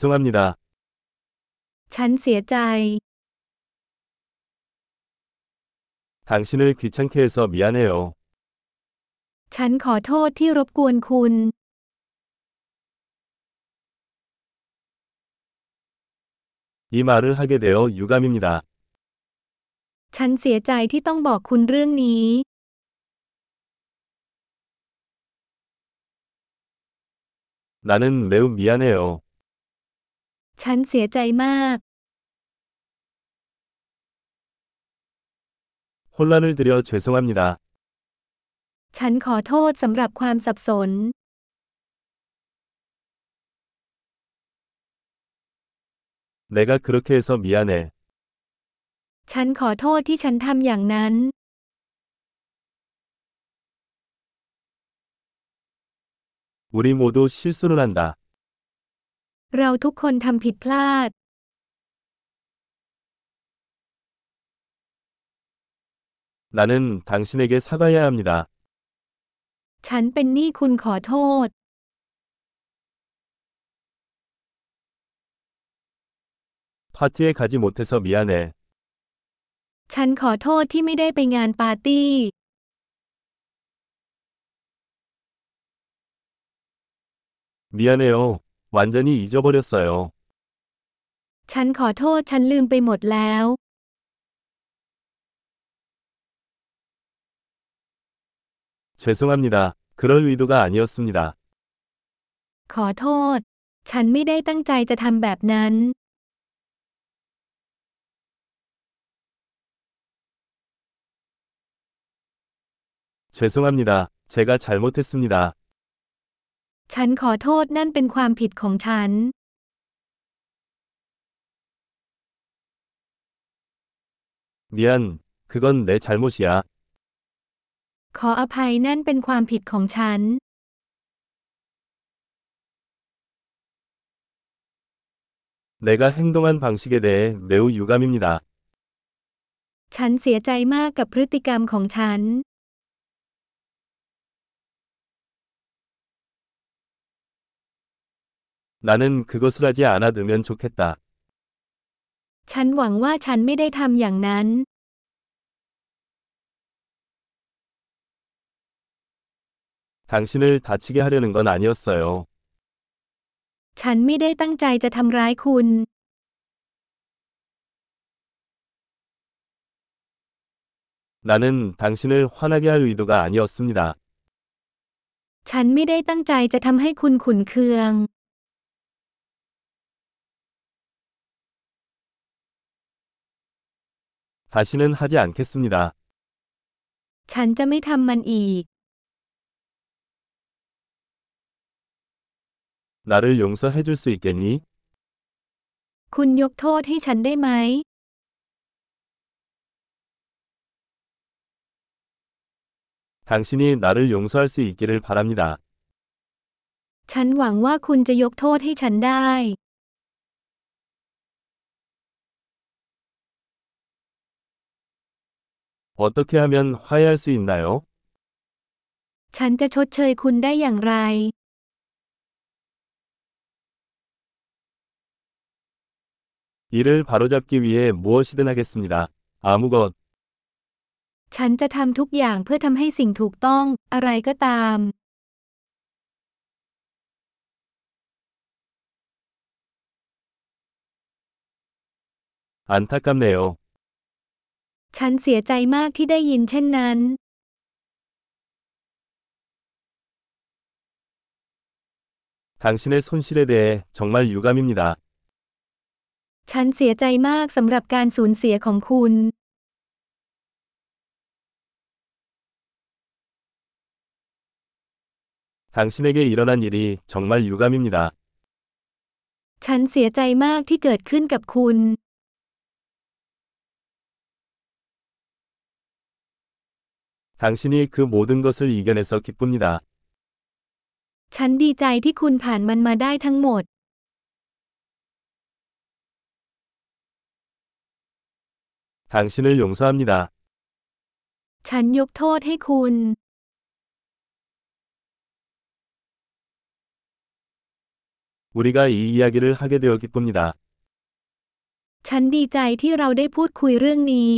죄송합니다. ฉันเสียใจ 당신을 귀찮게 해서 미안해요. ฉันขอโทษที่รบกวนคุณ 이 말을 하게 되어 유감입니다. ฉันเสียใจที่ต้องบอกคุณเรื่องนี้ 나는 매우 미안해요. ฉันเสียใจมาก 혼란을 드려 죄송합니다. ฉันขอโทษสำหรับความสับสน 내가 그렇게 해서 미안해. ฉันขอโทษที่ฉันทำอย่างนั้น 우리 모두 실수를 한다. เราทุกคนทำผิดพลาด 나는 당신에게 사과해야 합니다. ฉันเป็นหนี้คุณขอโทษ 파티에 가지 못해서 미안해. ฉันขอโทษที่ไม่ได้ไปงานปาร์ตี้ 미안해요. 완전히 잊어버렸어요. ฉันขอโทษฉันลืมไปหมดแล้ว 죄송합니다. 그럴 의도가 아니었습니다. ขอโทษ ฉันไม่ได้ตั้งใจจะทำแบบนั้น 죄송합니다. 제가 잘못했습니다. ฉันขอโทษนั่นเป็นความผิดของฉัน 미안. 그건 내 잘못이야. ขออภัยนั่นเป็นความผิดของฉัน 내가 행동한 방식에 대해 매우 유감입니다. ฉันเสียใจมากกับพฤติกรรมของฉัน 나는 그것을 하지 않았으면 좋겠다. ฉันหวังว่าฉันไม่ได้ทำอย่างนั้น 당신을 다치게 하려는 건 아니었어요. ฉันไม่ได้ตั้งใจจะทำร้ายคุณ 나는 당신을 화나게 할 의도가 아니었습니다. ฉันไม่ได้ตั้งใจจะทำให้คุณขุนเคือง 다시는 하지 않겠습니다. ฉันจะไม่ทำมันอีก 나를 용서해 줄 수 있겠니? คุณยกโทษให้ฉันได้ไหม 당신이 나를 용서할 수 있기를 바랍니다. ฉันหวังว่าคุณจะยกโทษให้ฉันได้ 어떻게 하면 화해할 수 있나요? ฉันจะชดเชยคุณได้อย่างไร 이를 바로잡기 위해 무엇이든 하겠습니다. 아무것. ฉันจะทำทุกอย่างเพื่อทำให้สิ่งถูกต้อง อะไรก็ตาม 안타깝네요. ฉันเสียใจมากที่ได้ยินเช่นนั้น 당신의 손실에 대해 정말 유감입니다. ฉันเสียใจมากสำหรับการสูญเสียของคุณ 당신에게 일어난 일이 정말 유감입니다. ฉันเสียใจมากที่เกิดขึ้นกับคุณ 당신이 그 모든 것을 이겨내서 기쁩니다. ฉันดีใจที่คุณผ่านมันมาได้ทั้งหมด 당신을 용서합니다. ฉันยกโทษให้คุณ 우리 우리가 이 이야기를 하게 되어 기쁩니다. ฉันดีใจที่เราได้พูดคุยเรื่องนี้